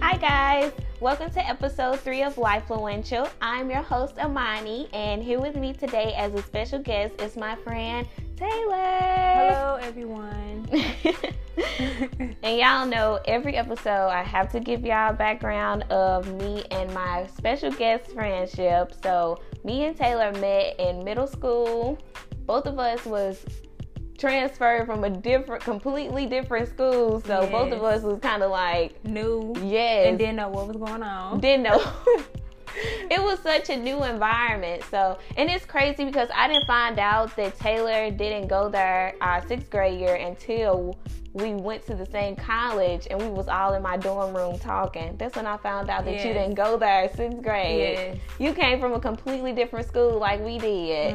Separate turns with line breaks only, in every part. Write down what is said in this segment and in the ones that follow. Hi, guys. Welcome to episode three of Lifefluential. I'm your host, Amani, and here with me today as a special guest is my friend Taylor.
Hello, everyone.
and y'all know every episode I have to give y'all a background of me and my special guest friendship. So, me and Taylor met in middle school. Both of us was transferred from a different completely different school so both of us
Yes.
was kind of like
New
yes
and didn't know what was going on.
didn't know. it was such a new environment. So, and it's crazy because I didn't find out that Taylor didn't go there our sixth grade year until we went to the same college and we was all in my dorm room talking. That's when I found out that you
Yes.
didn't go there sixth grade.
Yes.
You came from a completely different school like we did.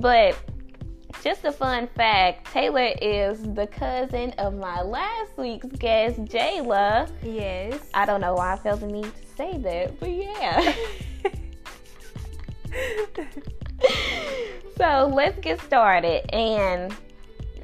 but just a fun fact, Taylor is the cousin of my last week's guest, Jayla.
Yes.
I don't know why I felt the need to say that, but yeah. so let's get started. And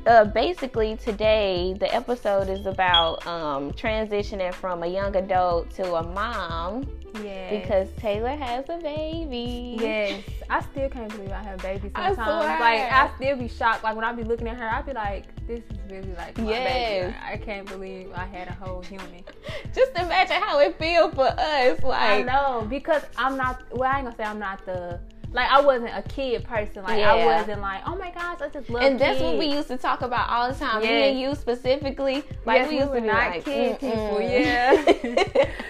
uh, basically, today the episode is about um, transitioning from a young adult to a mom
yes.
because Taylor has a baby.
Yes, I still can't believe I have babies
I
sometimes. Like
swear.
I still be shocked. Like when I be looking at her, I be like, "This is really like my
Yes.
baby. Like, I can't believe I had a whole human."
Just imagine how it feels for us.
I
Like,
know because I'm not. Well, I ain't gonna say I'm not the. Like I wasn't a kid person. Like
Yeah.
I wasn't like, "Oh my gosh, I just love."
and that's what
kids."
we used to talk about all the time. Me
Yes.
and you specifically, like
Yes,
we
we
used
were
to be
not
like,
kid people,
"Mm-mm."
yeah.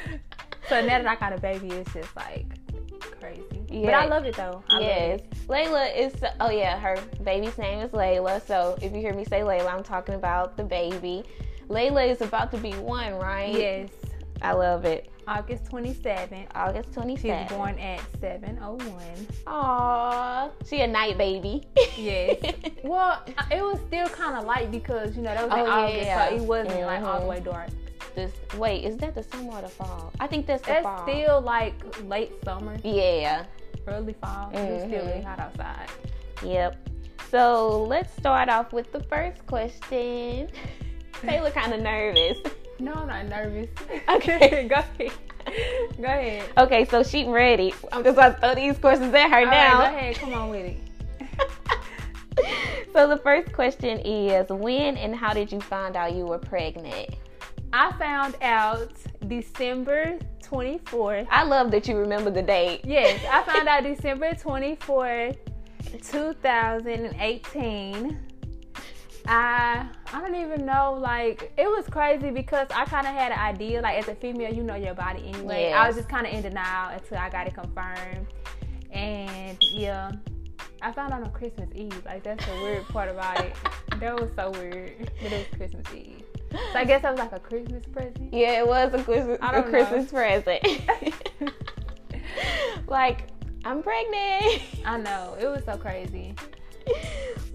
So now that I got a baby, it's just like crazy. But
Yeah.
I love it though. I
Yes. Layla is, oh yeah, her baby's name is Layla. So if you hear me say Layla, I'm talking about the baby. Layla is about to be one, right?
Love it. Yes.
I love it.
August 27th.
August 27th.
She's born at 7:01.
Aww. She a night baby.
Yes. Well, it was still kind of light because you know that was in
Oh,
August,
yeah.
so it wasn't like all Mm-hmm. the
Mhm.
way dark.
This, wait, is that the summer or the fall? I think that's the
That's
fall.
still like late summer,
yeah.
early fall. It was still
Mhm.
really hot outside.
Yep. So let's start off with the first question. Taylor kind of nervous.
No, I'm not nervous.
Okay.
go ahead. Go ahead.
Okay, so she ready. I'm just about to throw these questions at her
All right,
now.
go ahead. Come on with it.
so the first question is when and how did you find out you were pregnant
I found out December 24th.
i love that you remember the date
Yes, I found out December 24th, 2018. I I don't even know. Like it was crazy because I kind of had an idea. Like as a female, you know your body anyway. I was
Yes.
just kind of in denial until I got it confirmed. And yeah, I found out on Christmas Eve. Like that's the weird part about it. That was so weird. But it was Christmas Eve. So I guess that was like a Christmas present.
yeah it was a christmas,
I
a
don't know.
christmas present like i'm pregnant
I know it was so crazy.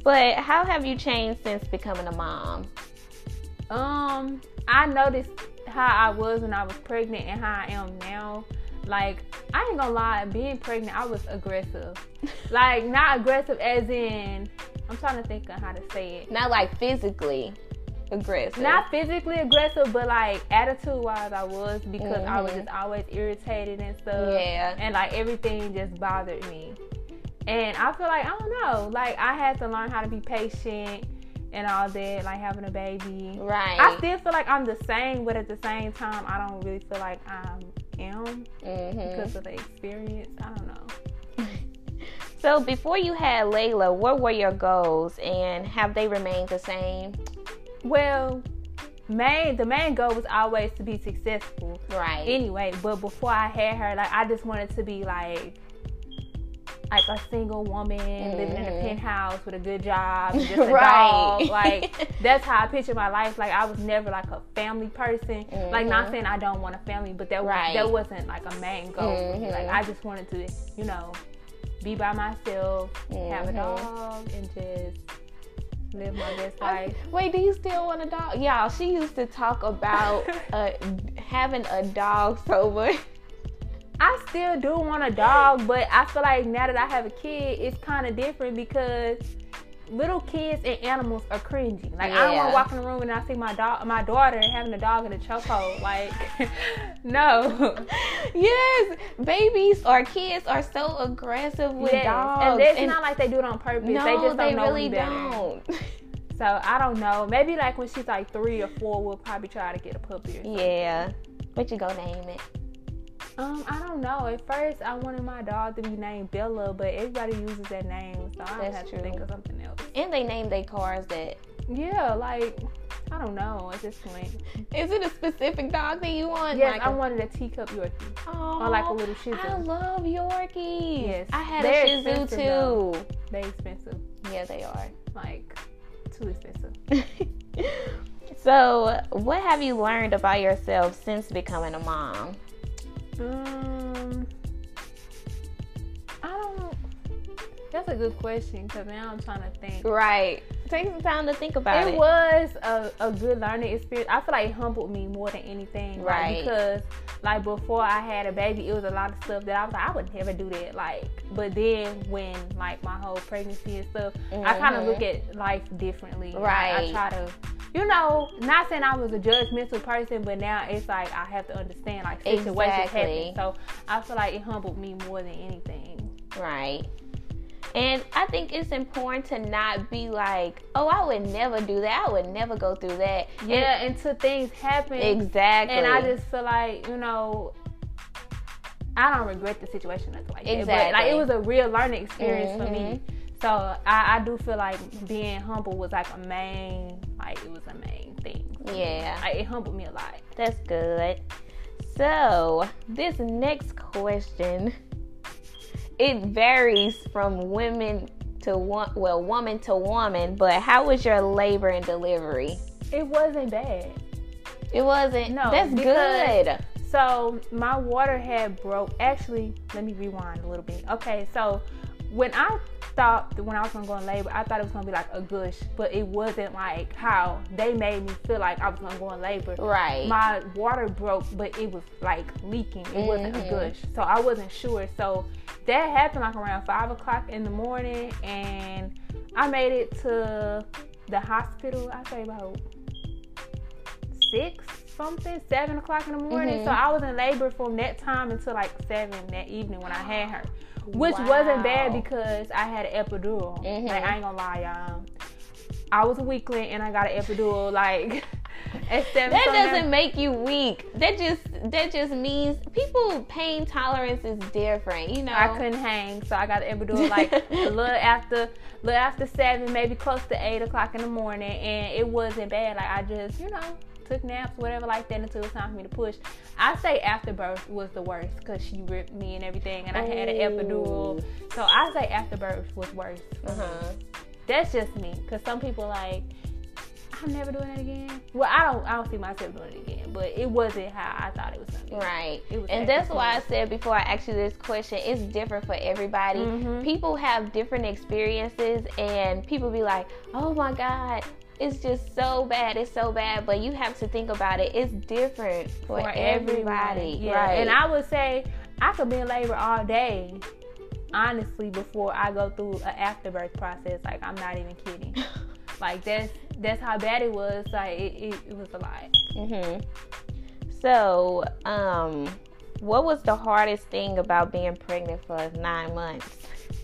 but how have you changed since becoming a mom
Um, I noticed how I was when I was pregnant and how I am now. Like, I ain't gonna lie, being pregnant, I was aggressive. Like, not aggressive as in, I'm trying to think of how to say it.
not like physically aggressive
Not physically aggressive, but like attitude wise, I was because I was
Mhm.
just always irritated and stuff.
yeah
uh, And like everything just bothered me. And I feel like, I don't know, like I had to learn how to be patient and all that, like having a baby.
right
I still feel like I'm the same, but at the same time, I don't really feel like I am
Mhm.
because of the experience. I don't know.
so before you had layla what were your goals and have they remained the same
Well, main the main goal was always to be successful.
right
Anyway, but before I had her, like I just wanted to be like like a single woman living in a
Mhm.
penthouse with a good job, and just a
Right.
dog. Like that's how I picture my life. Like I was never like a family person. Like not
Mhm.
saying I don't want a family, but that
Right.
was, that wasn't like a main goal. for me.
Mhm.
Like I just wanted to, you know, be by myself, have a
Mhm.
dog, and just live my best
I-
life.
wait, do you still want a dog? Y'all, she used to talk about uh, having a dog so much.
I still do want a dog, but I feel like now that I have a kid, it's kind of different because little kids and animals are cringy. Like I don't want
Yeah.
to walk in the room and I see my dog, my daughter having a dog in a chokehold. Like, no.
yes, babies or kids are so aggressive with
Yes.
dogs.
and it's
and-
not like they do it on purpose.
no,
they just don't know any
really
better.
don't.
So I don't know. Maybe like when she's like three or four, we'll probably try to get a puppy. Or something.
yeah, what you gonna name it?
Um, I don't know. At first, I wanted my dog to be named Bella, but everybody uses that name, so I
That's
have
true.
to think of something else.
And they name their cars that.
Yeah, like I don't know at this point.
Is it a specific dog that you want?
Yes,
like
I
a-
wanted a Oh, teacup Yorkie
Aw,
or like a little Shih
I
Tzu.
love Yorkies.
Yes.
I had
They're
a Shih Tzu
expensive,
too.
though. They expensive,
Yeah, they are.
like too expensive.
so, what have you learned about yourself since becoming a mom?
Um, I don't. That's a good question because now I'm trying to think.
Right. Take some time to think about
it,
it.
was a, a good learning experience. I feel like it humbled me more than anything. like,
Right.
because like before I had a baby, it was a lot of stuff that I was like, I would never do that. Like but then when like my whole pregnancy and stuff, I kinda
Mhm.
look at life differently. Like, I,
Right.
try to you know, not saying I was a judgmental person, but now it's like I have to understand like situations
Exactly.
happen. So I feel like it humbled me more than anything.
Right. And I think it's important to not be like, oh, I would never do that. I would never go through that. And-
Yeah, until things happen.
exactly.
And I just feel like, you know, I don't regret the situation nothing like that. But like
Exactly.
it was a real learning experience for
Mhm.
me. So I, I do feel like being humble was like a main like it was a main thing.
Yeah,
Like it humbled me a lot.
that's good. So, this next question it varies from women to one, well, woman to woman, but how was your labor and delivery?
It wasn't bad.
It wasn't.
No,
that's
because-
good.
So my water had broke. Actually, let me rewind a little bit. Okay, so when I thought that when I was gonna go in labor, I thought it was gonna be like a gush, but it wasn't like how they made me feel like I was gonna go in labor.
Right.
my water broke, but it was like leaking. It wasn't a
Mhm.
gush, so I wasn't sure. So that happened like around five o'clock in the morning, and I made it to the hospital. I say about six something, seven o'clock in the morning.
Mhm.
So I was in labor from that time until like seven that evening when I had her, which wasn't bad
Wow.
because I had an epidural.
Mhm.
Like I ain't gonna lie, y'all. I was a weakling and I got an epidural like at seven.
that
so now-
doesn't make you weak. That just that just means people pain tolerance is different. You know.
I couldn't hang, so I got the epidural like a little after, little after seven, maybe close to eight o'clock in the morning, and it wasn't bad. Like I just, you know, took naps, whatever, like that until it was time for me to push. I say afterbirth was the worst because she ripped me and everything, and I had an epidural. So I say afterbirth was worse.
Uh-huh.
That's just me, because some people like. I'm never doing that again. Well, I don't. I don't see myself doing it again. But it wasn't how I thought it was gonna be.
Right.
It was
And that's why I said before I asked you this question, it's different for everybody.
Mhm.
People have different experiences, and people be like, oh my God, it's just so bad. It's so bad. But you have to think about it. It's different for, everybody.
Yeah.
Right.
And I would say I could be in labor all day, honestly, before I go through an afterbirth process. Like I'm not even kidding. like that's that's how bad it was. Like it, it, it was a lot.
hmm So, um, what was the hardest thing about being pregnant for nine months?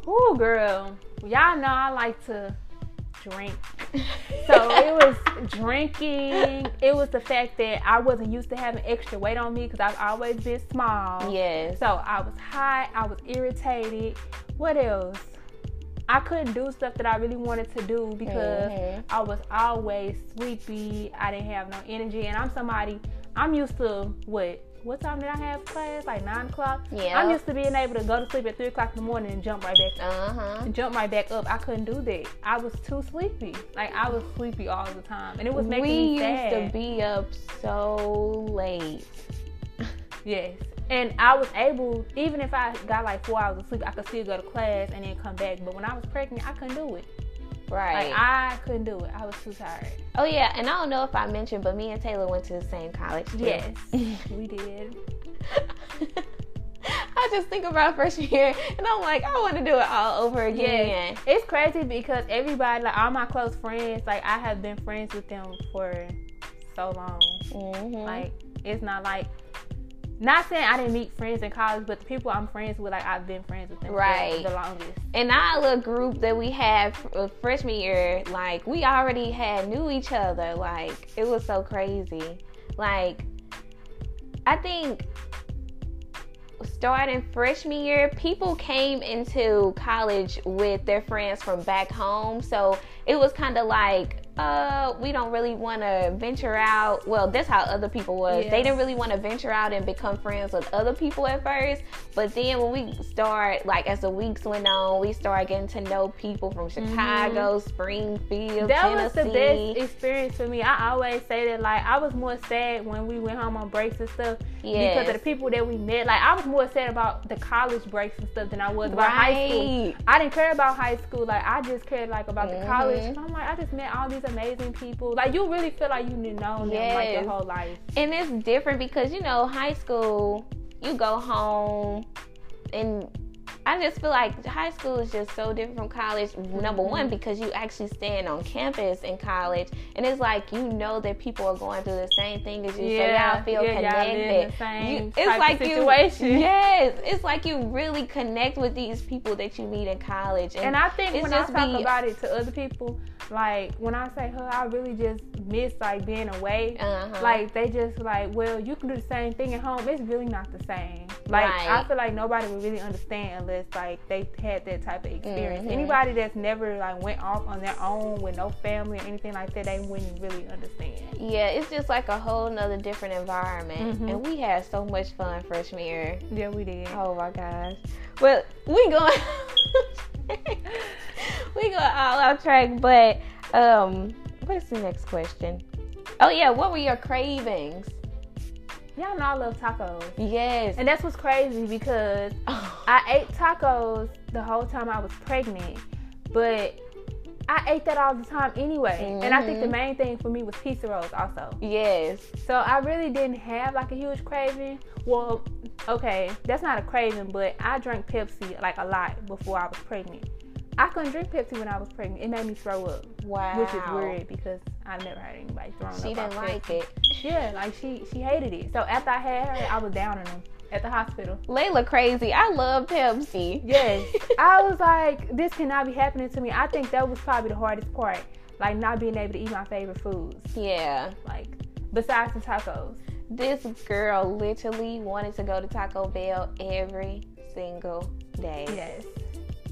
Ooh, girl. Y'all know I like to drink. So it was drinking. It was the fact that I wasn't used to having extra weight on me because I've always been small.
yes.
So I was hot, I was irritated. What else? I couldn't do stuff that I really wanted to do because
Mhm.
I was always sleepy. I didn't have no energy, and I'm somebody. I'm used to what? What time did I have class? Like nine o'clock.
Yeah.
I'm used to being able to go to sleep at three o'clock in the morning and jump right back
Uh huh.
jump right back up. I couldn't do that. I was too sleepy. Like I was sleepy all the time, and it was making
we
me
used
sad.
to be up so late.
Yes. And I was able, even if I got like four hours of sleep, I could still go to class and then come back. But when I was pregnant, I couldn't do it.
Right.
Like I couldn't do it. I was too tired.
oh yeah, and I don't know if I mentioned, but me and Taylor went to the same college. Too.
Yes, we did.
I I just think about freshman year and I'm like, I want to do it all over again.
Yeah, it's crazy because everybody, like all my close friends, like I have been friends with them for so long.
Mm-hmm.
Like it's not like not saying I didn't meet friends in college, but the people I'm friends with, like I've been friends with them for
Right.
the longest.
in our little group that we had uh, freshman year, like we already had knew each other. Like it was so crazy. Like I think starting freshman year, people came into college with their friends from back home. So it was kind of like, uh, we don't really want to venture out. Well, that's how other people was.
Yeah.
They didn't really want to venture out and become friends with other people at first. But then when we start, like as the weeks went on, we started getting to know people from Chicago, Springfield,
Mm-hmm. That was
Tennessee.
the best experience for me. I always say that like I was more sad when we went home on breaks and stuff because of
Yes.
the people that we met. Like I was more sad about the college breaks and stuff than I was about high school.
Right.
I didn't care about high school. Like I just cared like about the college.
Mhm.
And I'm like I just met all these amazing people. Like you really feel like you knew known them like
Yes.
your whole life.
and it's different because you know high school you go home and i just feel like high school is just so different from college number
Mm-hmm.
one because you actually stand on campus in college and it's like you know that people are going through the same thing as you so y'all feel
y'all live in
connected
the same
You-
type of situation.
you yes it's like you really connect with these people that you meet in college
And I think
it's
when I
just
talk
be-
about it to other people, like when I say, "Huh, I really just miss like being away."
uh-huh.
Like they just like, well, you can do the same thing at home. It's really not the same. Like I
Right.
feel like nobody would really understand unless like they had that type of experience.
Mhm.
Anybody that's never like went off on their own with no family or anything like that, they wouldn't really understand.
yeah it's just like a whole nother different environment
Mhm.
and we had so much fun freshman year
Yeah, we did.
Oh my gosh. Well, we going we going all off track, but um, what is the next question? Oh yeah, what were your cravings?
Y'all know I love tacos,
Yes.
and that's what's crazy because I ate tacos the whole time I was pregnant, but. I ate that all the time anyway. And I think the
Mhm.
main thing for me was pizza rolls also.
yes.
So I really didn't have like a huge craving. Well, okay, that's not a craving, but I drank Pepsi like a lot before I was pregnant. I couldn't drink Pepsi when I was pregnant. It made me throw up,
Wow.
which is weird because I never had anybody throwing up.
She didn't
off
like
Pepsi.
it.
Yeah, like she she hated it. So after I had her, I was down on them at the hospital.
Layla crazy. I love Pepsi.
Yes, I was like, this cannot be happening to me. I think that was probably the hardest part, like not being able to eat my favorite foods,
Yeah.
like besides the tacos.
This girl literally wanted to go to Taco Bell every single day.
Yes.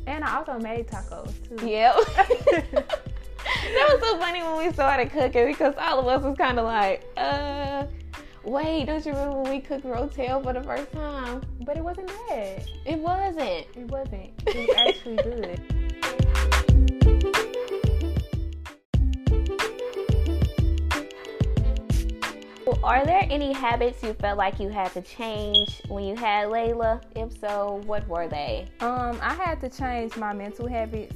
And I also made tacos too.
Yep. that was so funny when we started cooking because all of us was kind of like, uh, wait, don't you remember when we cooked Rotel for the first time?
But it wasn't bad.
It wasn't.
It wasn't. It was actually good.
Well, Are there any habits you felt like you had to change when you had Layla? If so, what were they?
Um, I had to change my mental habits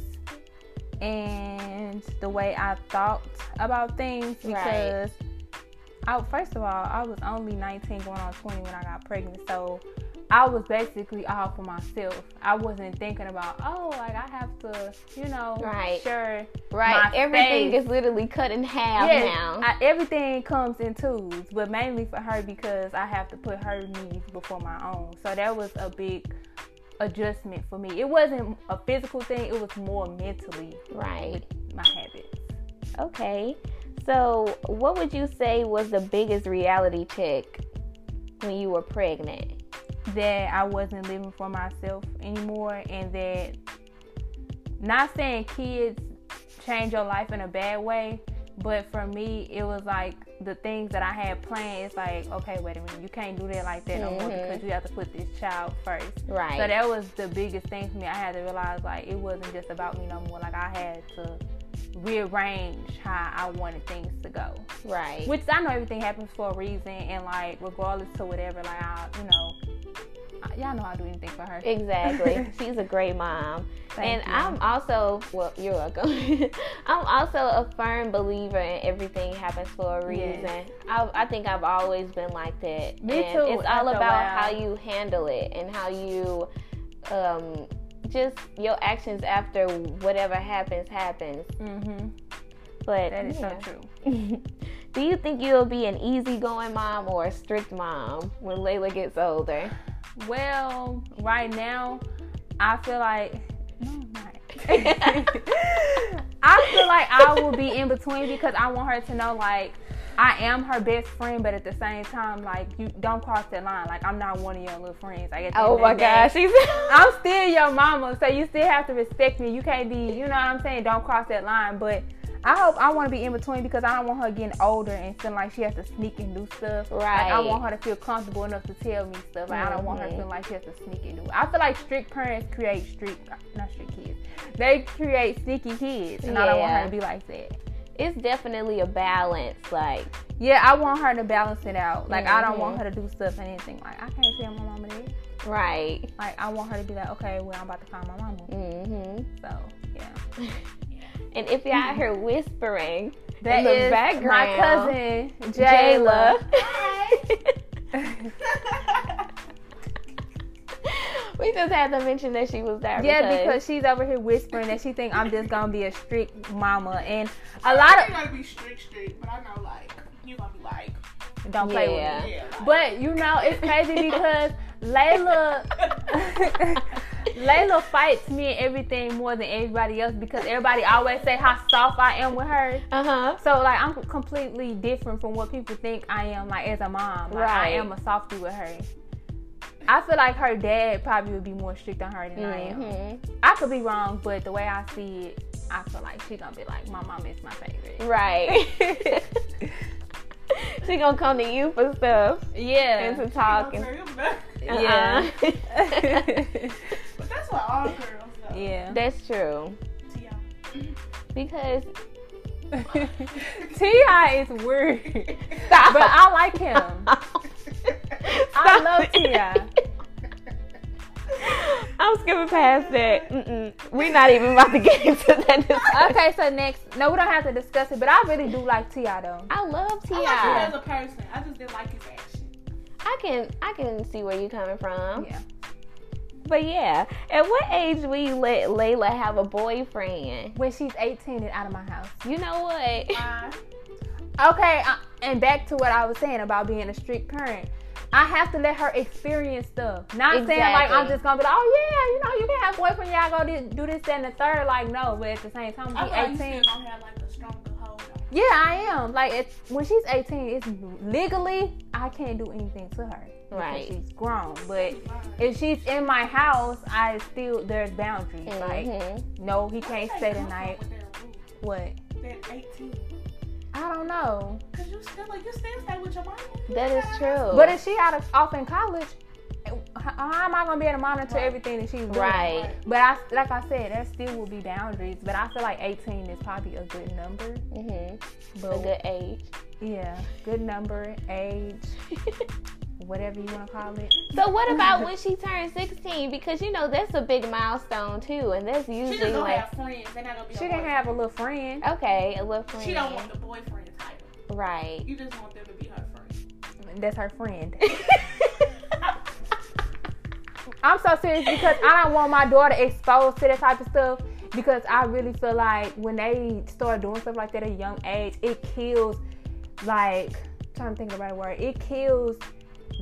and the way I thought about things because I first of all, I was only 19 going on 20 when I got pregnant. So I was basically all for myself. I wasn't thinking about, oh, like I have to, you know,
Right.
sure
Right,
My
everything
face.
is literally cut in half
Yes,
now.
I, everything comes in twos, but mainly for her because I have to put her needs before my own. So that was a big adjustment for me. It wasn't a physical thing, it was more mentally
right.
my habits.
Okay. So, what would you say was the biggest reality check when you were pregnant?
That I wasn't living for myself anymore, and that not saying kids change your life in a bad way. But for me, it was like the things that I had planned. It's like, okay, wait a minute, you can't do that like that no more
Mhm.
because you have to put this child first.
Right.
So that was the biggest thing for me. I had to realize like it wasn't just about me no more. Like I had to rearrange how I wanted things to go.
right.
Which I know everything happens for a reason, and like regardless to whatever, like I, you know, I, y'all know I'll do anything for her.
Exactly. She's a great mom.
Thank
and
you.
I'm also, well, you're welcome. I'm also a firm believer in everything happens for a
Yes.
reason. I've, I think I've always been like that.
Me
and
too,
It's all
after a
about
while.
how you handle it and how you, um, just your actions after whatever happens happens.
Mm-hmm.
But
That is
yeah.
so true.
Do you think you'll be an easygoing mom or a strict mom when Layla gets older?
Well, right now, I feel like no, I'm not. I feel like I will be in between because I want her to know like I am her best friend, but at the same time, like you don't cross that line. Like I'm not one of your little friends. Like at the end
Oh
of
my
the day,
gosh, she's
I'm still your mama, so you still have to respect me. You can't be, you know what I'm saying? Don't cross that line. But I hope I want to be in between because I don't want her getting older and feeling like she has to sneak and do stuff. Like, I
Right.
want her to feel comfortable enough to tell me stuff. Like, I don't want her
Mhm.
feeling like she has to sneak and do. I feel like strict parents create strict, not strict kids. They create sneaky kids, and I don't want her
Yeah.
to be like that.
it's definitely a balance. Like,
Yeah, I want her to balance it out. Like I don't want
Mhm.
her to do stuff and anything. Like I can't tell my mama that.
right.
Like I want her to be like, okay, well I'm about to call my mama.
Mm-hmm.
So yeah.
And if you're out here whispering
That
in the
is
background,
my cousin Jayla.
Jayla. we just had to mention that she was there.
yeah, because she's over here whispering that she think I'm just gonna be a strict mama, and a lot
I
of
gotta be strict, strict, but I know like you gonna be like,
don't play
Yeah.
with me.
yeah. like,
But you know, it's crazy because Layla, Layla fights me and everything more than everybody else because everybody always say how soft I am with her.
uh huh.
So like I'm completely different from what people think I am like as a mom. Like I
Right.
am a softie with her. I feel like her dad probably would be more strict on her than I am.
Mm-hmm.
I could be wrong, but the way I see it, I feel like she gonna be like, my mom is my favorite.
Right. she gonna come to you for stuff and
Yeah.
to talk and
you know,
Yeah.
Uh-uh.
but that's what all girls though.
yeah.
That's true
Yeah.
because
Ti is weird, but I like him. I love Ti.
I'm skipping past that. Mm-mm. We're not even about to get into that. discussion.
Okay, so next, no, we don't have to discuss it, but I really do like Ti though.
I love Ti.
I like him as a person. I just didn't like his action.
I can I can see where you're coming from.
Yeah.
But yeah, at what age will you let Layla have a boyfriend?
When she's 18 and out of my house.
You know what?
Uh,
Okay, uh, and back to what I was saying about being a strict parent. I have to let her experience stuff. Not saying like I'm
Exactly.
just gonna be like, oh yeah, you know, you can have boyfriend, y'all go do, do this, that, and the third. Like no, but at the same time,
I thought you
she's
still
18.
gonna have like a stronger hold on.
Yeah, I am. Like it's, when she's 18, it's legally I can't do anything to her. because
Right.
She's grown, but
Right.
if she's in my house, I still there's boundaries. Like
Mhm.
no, he can't
Where
stay
they come
tonight.
from with their rules?
What?
They're 18.
I don't know.
Cause you still like you still stay with your mama.
that is true.
But if she out of off in college, how how am I gonna be able to monitor
Right.
everything that she's doing?
right.
But I, like I said, there still will be boundaries. But I feel like 18 is probably a good number.
hmm
But
A good age.
yeah, good number, age, whatever you wanna call it.
so what about when she turns 16? Because you know that's a big milestone too, and that's
She just
usually
gonna
like
have friends. They're not gonna be.
She can have a little friend.
okay, a little friend.
She don't want the boyfriend title.
right.
You just want them to be her friend.
That's her friend. I'm so serious because I don't want my daughter exposed to that type of stuff because I really feel like when they start doing stuff like that at a young age, it kills like trying to think of the right word. It kills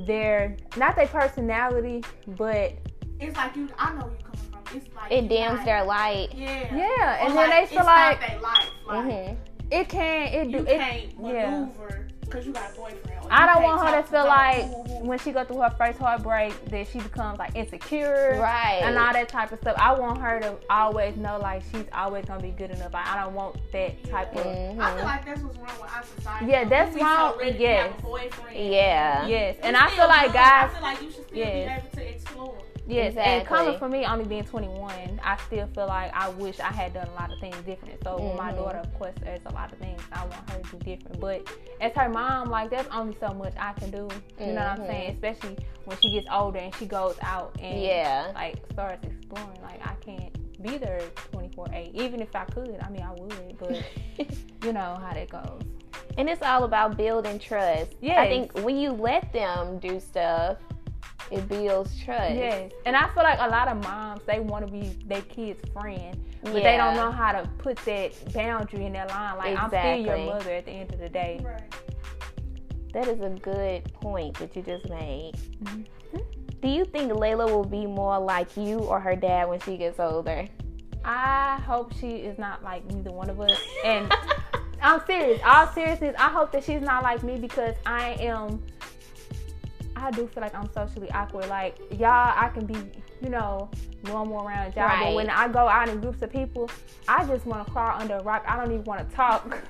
their not their personality, but
it's like you. I know where you coming from. It's like
It
you
dims
like-
their light.
Yeah.
yeah,
Or
and then they
it's
feel
not
like
their life. Like
hmm
it can it do
you
it.
can't
yeah.
maneuver because you got a boyfriend. or
I don't
you can't
want her to
talk
feel
about
like
who- who-
when she go through her first heartbreak that she becomes like insecure.
Right.
and all that type of stuff. I want her to always know like she's always gonna be good enough. Like, I don't want that type of
Mhm.
I feel like that's what's wrong with our society.
Mm-hmm. Yeah, that's
We so
wrong,
ready to
yes.
have a boyfriend.
Yeah.
yes.
You
And I
still
feel like
young.
guys, Mm-hmm.
I feel like you should still
yes.
be able to explore.
yes. And coming
Exactly.
from me, only being 21, I still feel like I wish I had done a lot of things different. So with my
Mhm.
daughter, of course, there's a lot of things I want her to do different. But as her mom, like there's only so much I can do. You know what I'm
Mhm.
saying? Especially when she gets older and she goes out and
Yeah.
like starts exploring. Like I can't. be there 24/8. Even if I could, I mean, I would, but you know how that goes.
And it's all about building trust. I
Yes.
think when you let them do stuff, it builds trust.
Yes, and I feel like a lot of moms they want to be their kids' friend, but they
Yeah.
don't know how to put that boundary in their line. Like I'm still
Exactly.
your mother at the end of the day.
Right.
That is a good point that you just made.
Mhm.
Do you think Layla will be more like you or her dad when she gets older?
I hope she is not like neither one of us. And I'm serious. All seriousness, I hope that she's not like me because I am. I do feel like I'm socially awkward. Like y'all, I can be, you know, normal around y'all, all but when I go out in groups of people, I just want to crawl under a rock. I don't even want to talk.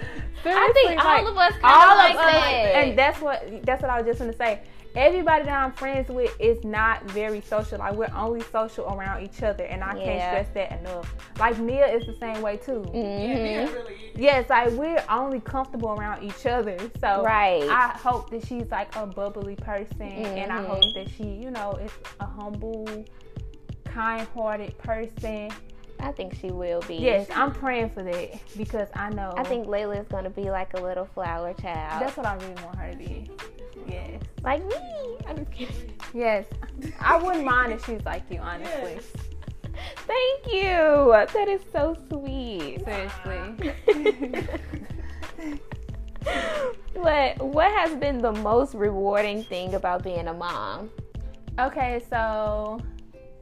I
Seriously,
think
like,
all of us kind
all
of like
of us,
that.
and that's what that's what I was just gonna say. Everybody that I'm friends with is not very social. Like we're only social around each other, and I
Yeah.
can't stress that enough. Like Nia is the same way too.
Yeah,
Mhm.
Mm-hmm.
Mia really is.
Yes, like we're only comfortable around each other. So
Right.
I hope that she's like a bubbly person, and I
Mhm.
hope that she, you know, is a humble, kind-hearted person.
I think she will be.
Yes, I'm praying for that because I know.
I think Layla is going to be like a little flower child.
Oh. that's what I really want her to be. Yes.
like me. I'm just kidding.
Yes. I wouldn't mind if she's like you, honestly.
Yes.
Thank you. That is so sweet.
Seriously.
but what has been the most rewarding thing about being a mom?
Okay, so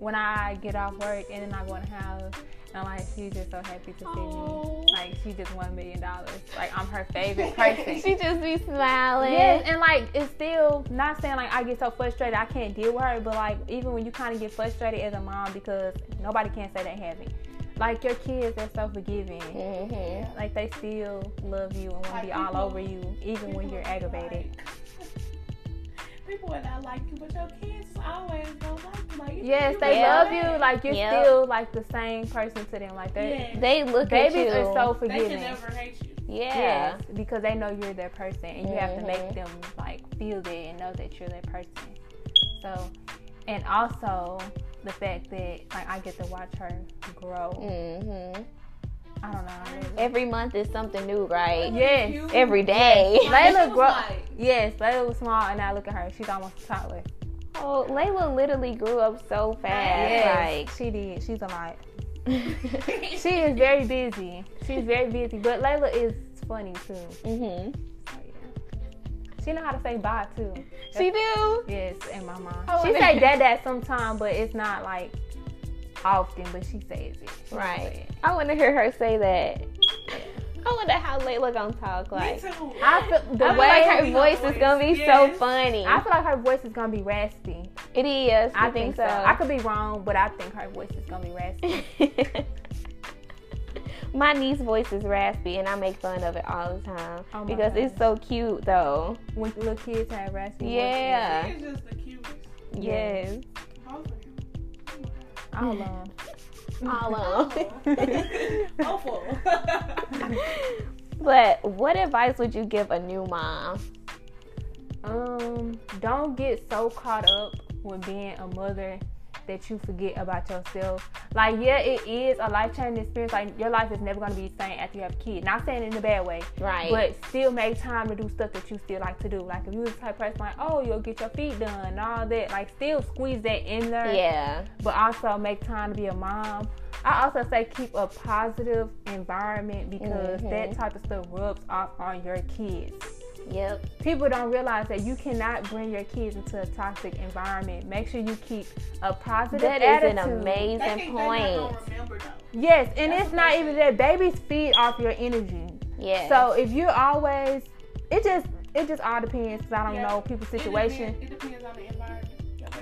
when I get off work and then I go in the house, and I'm like, she's just so happy to see
Aw.
me. Like, she just won a million dollars. Like, I'm her favorite person.
She just be smiling.
Yes, and like it's still not saying like I get so frustrated I can't deal with her, but like even when you kind of get frustrated as a mom because nobody can say they haven't. Like your kids, they're so forgiving.
hmm
Like they still love you and want to
Like,
be all
people-
over you, even when
people
you're
are
aggravated.
like- People are not like you, but your kids always gonna like you. Like, you
Yes,
you
they
Yeah.
love you. Like you're
Yep.
still like the same person to them. Like they,
Yeah.
They look at
babies
you.
are so
They
forgiving.
can never hate you.
yeah.
Yes, because they know you're their person, and you have to
Mhm.
make them like feel that and know that you're their person. So, and also the fact that like I get to watch her grow.
hmm
I don't know. I really-
Every month is something new, right?
Yeah. Yes,
You-
Every day.
Like, she
Layla
was
grow-
like-
Yes, Layla was small, and now look at her. She's almost a toddler.
Oh, Layla literally grew up so fast.
Yes, she did. She's a lot.
Like,
She is very busy. She's very busy, but Layla is funny too. So,
hmm
yeah. She know how to say bye too.
she do.
Yes, and my mom.
Oh,
she
and-
say dad dad sometime, but it's not like often. But she says it. She says
Right.
it.
I want to hear her say that. I wonder how Layla gonna talk like.
Me too.
I feel the
I
way.
feel like
gonna
her
be
voice
her
is gonna be
voice.
so
Yes.
funny.
I feel like her voice is gonna be raspy.
it is.
I, think, so. I could be wrong, but I think her voice is gonna be raspy.
My niece voice is raspy, and I make fun of it all the time
Oh my
because it's so cute, though.
when little kids have raspy. voices,
Yeah.
She is just the cutest.
Yes,
Both of them. Oh my God.
all of them.
all of 'em.
Awful.
But what advice would you give a new mom?
Um, don't get so caught up with being a mother that you forget about yourself. Like, yeah, it is a life changing experience. Like, your life is never gonna be the same after you have a kid. Not saying it in a bad way,
Right.
but still make time to do stuff that you still like to do. Like, if you was the type of person like, oh, you'll get your feet done and all that. Like, still squeeze that in there.
yeah.
But also make time to be a mom. I also say keep a positive environment because
Mhm.
that type of stuff rubs off on your kids
Yep.
people don't realize that you cannot bring your kids into a toxic environment. Make sure you keep a positive
That is
attitude.
an
They
amazing
think they're not
point.
gonna remember though.
Yes, and
That's
it's not
amazing.
even that babies feed off your energy.
Yeah.
So if you're always, it just it just all depends. Cause I don't
Yeah.
know people's
It
situation.
depends- It depends on the environment.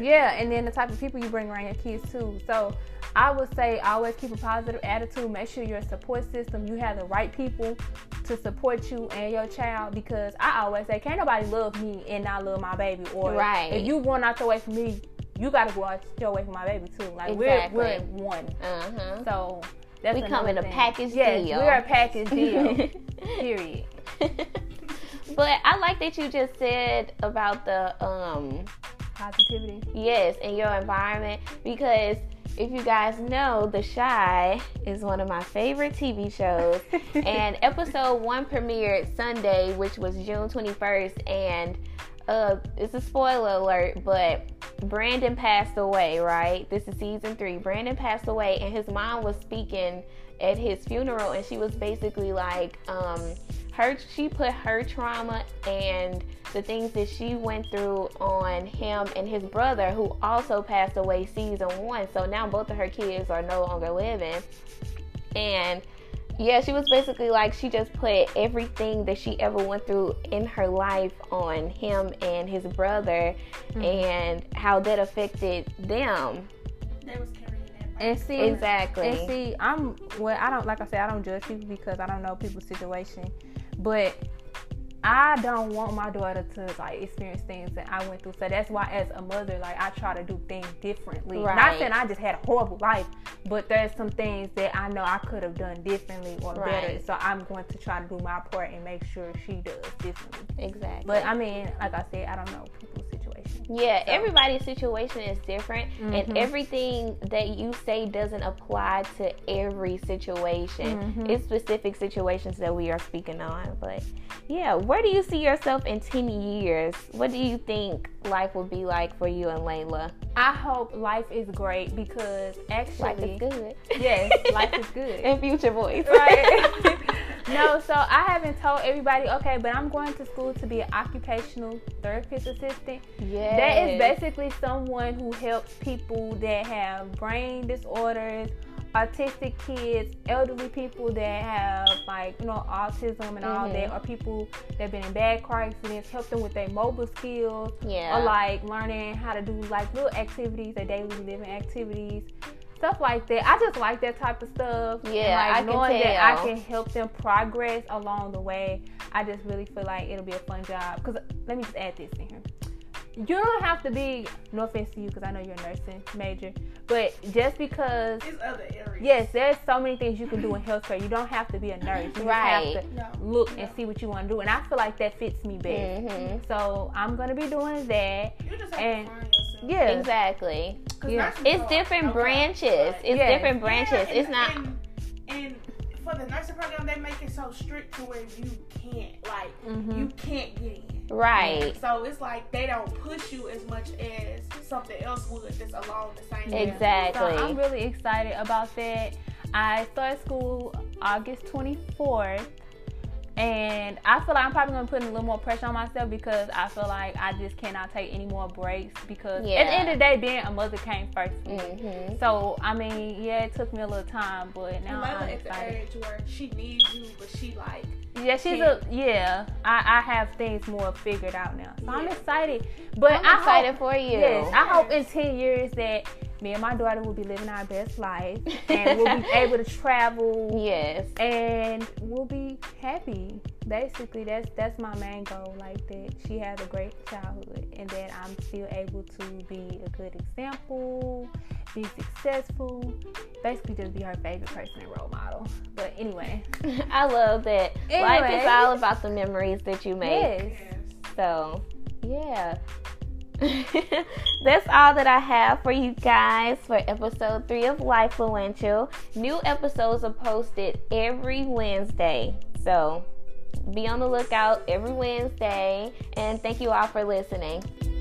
Yeah, and then the type of people you bring around your kids too. So I would say always keep a positive attitude. Make sure your support system, you have the right people to support you and your child because I always say, Can't nobody love me and not love my baby or
Right.
if you going out your way for me, you gotta go out your way for my baby too. Like we're we're
Exactly.
one.
uh huh.
So that's
We come in
another
a
thing.
package
yes,
deal.
We're a package deal. period.
but I like that you just said about the um
Positivity.
yes in your environment because If you guys know, The Shy is one of my favorite TV shows. and episode one premiered Sunday, which was June 21st. And uh, it's a spoiler alert, but Brandon passed away, right? This is season three. Brandon passed away, and his mom was speaking at his funeral, and she was basically like, um, her she put her trauma and the things that she went through on him and his brother, who also passed away season one. So now both of her kids are no longer living, and yeah, she was basically like she just put everything that she ever went through in her life on him and his brother
Mm-hmm.
and how that affected them.
They was carrying that.
And see,
Exactly.
and see, I'm well. I don't like I said. I don't judge people because I don't know people's situation, but I don't want my daughter to like experience things that I went through. So that's why, as a mother, like I try to do things differently. Not
Right.
saying I just had a horrible life, but there's some things that I know I could have done differently or better.
Right.
So I'm going to try to do my part and make sure she does differently.
exactly.
But I mean, like I said, I don't know people's situation.
Yeah,
So-
everybody's situation is different,
Mhm.
and everything that you say doesn't apply to every situation.
Mhm.
It's specific situations that we are speaking on. But yeah, where do you see yourself in 10 years? What do you think life will be like for you and Layla?
I hope life is great because actually,
Life is good.
Yes, life is good.
in future voice.
Right. no, so I haven't told everybody, okay, but I'm going to school to be an occupational therapist assistant.
Yeah.
That is basically someone who helps people that have brain disorders, autistic kids, elderly people that have like, you know, autism and all
Mhm.
that, or people that have been in bad car accidents, help them with their mobile skills,
Yeah.
or like learning how to do like little activities, their daily living activities, stuff like that. I just like that type of stuff. And,
Yeah,
like
I can
knowing that I
tell.
can help them progress along the way. I just really feel like it'll be a fun job. Cause let me just add this in here. You don't have to be no offense to you, because I know you're a nursing major, but just because
It's other areas.
yes, there's so many things you can do in healthcare. You don't have to be a nurse. You just
Right.
have to
No.
look
no.
and see what you want to do, and I feel like that fits me best.
Mhm.
So I'm gonna be doing that.
You just have
and-
to find yourself.
Yeah,
Exactly.
'Cause
Yeah.
nursing
It's
hard.
different
Okay.
branches.
Right.
It's
Yeah.
different branches.
Yeah, and-
it's not.
And, and for the nursing program, they make it so strict to where you can't, like,
Mhm.
Mm-hmm. Mm.
you can't get in.
Right.
So it's like they don't push you as much as something else would that's along the same. line.
Exactly.
So I'm really excited about that. I start school August 24th. And I feel like I'm probably gonna put in a little more pressure on myself because I feel like I just cannot take any more breaks because at the end of the day, being a mother came first. for me.
hmm
So I mean, yeah, it took me a little time, but now
Layla
I'm
at the
excited.
age where she needs you, but she like
Yeah, she's a yeah. I, I have things more figured out now, so I'm
Yeah.
excited. But
I'm
I hope-
excited for you.
Yes, I hope in 10 years that me and my daughter will be living our best life and we'll be able to travel
Yes.
and we'll be happy. Basically, that's that's my main goal. Like that, she has a great childhood, and that I'm still able to be a good example, be successful, basically just be her favorite person and role model. But anyway,
I love that. Life
Anyway.
is all about the memories that you make.
yes,
yes.
So, yeah. That's all that I have for you guys for episode three of Life Fluential. New episodes are posted every Wednesday. So, be on the lookout every Wednesday. And thank you all for listening.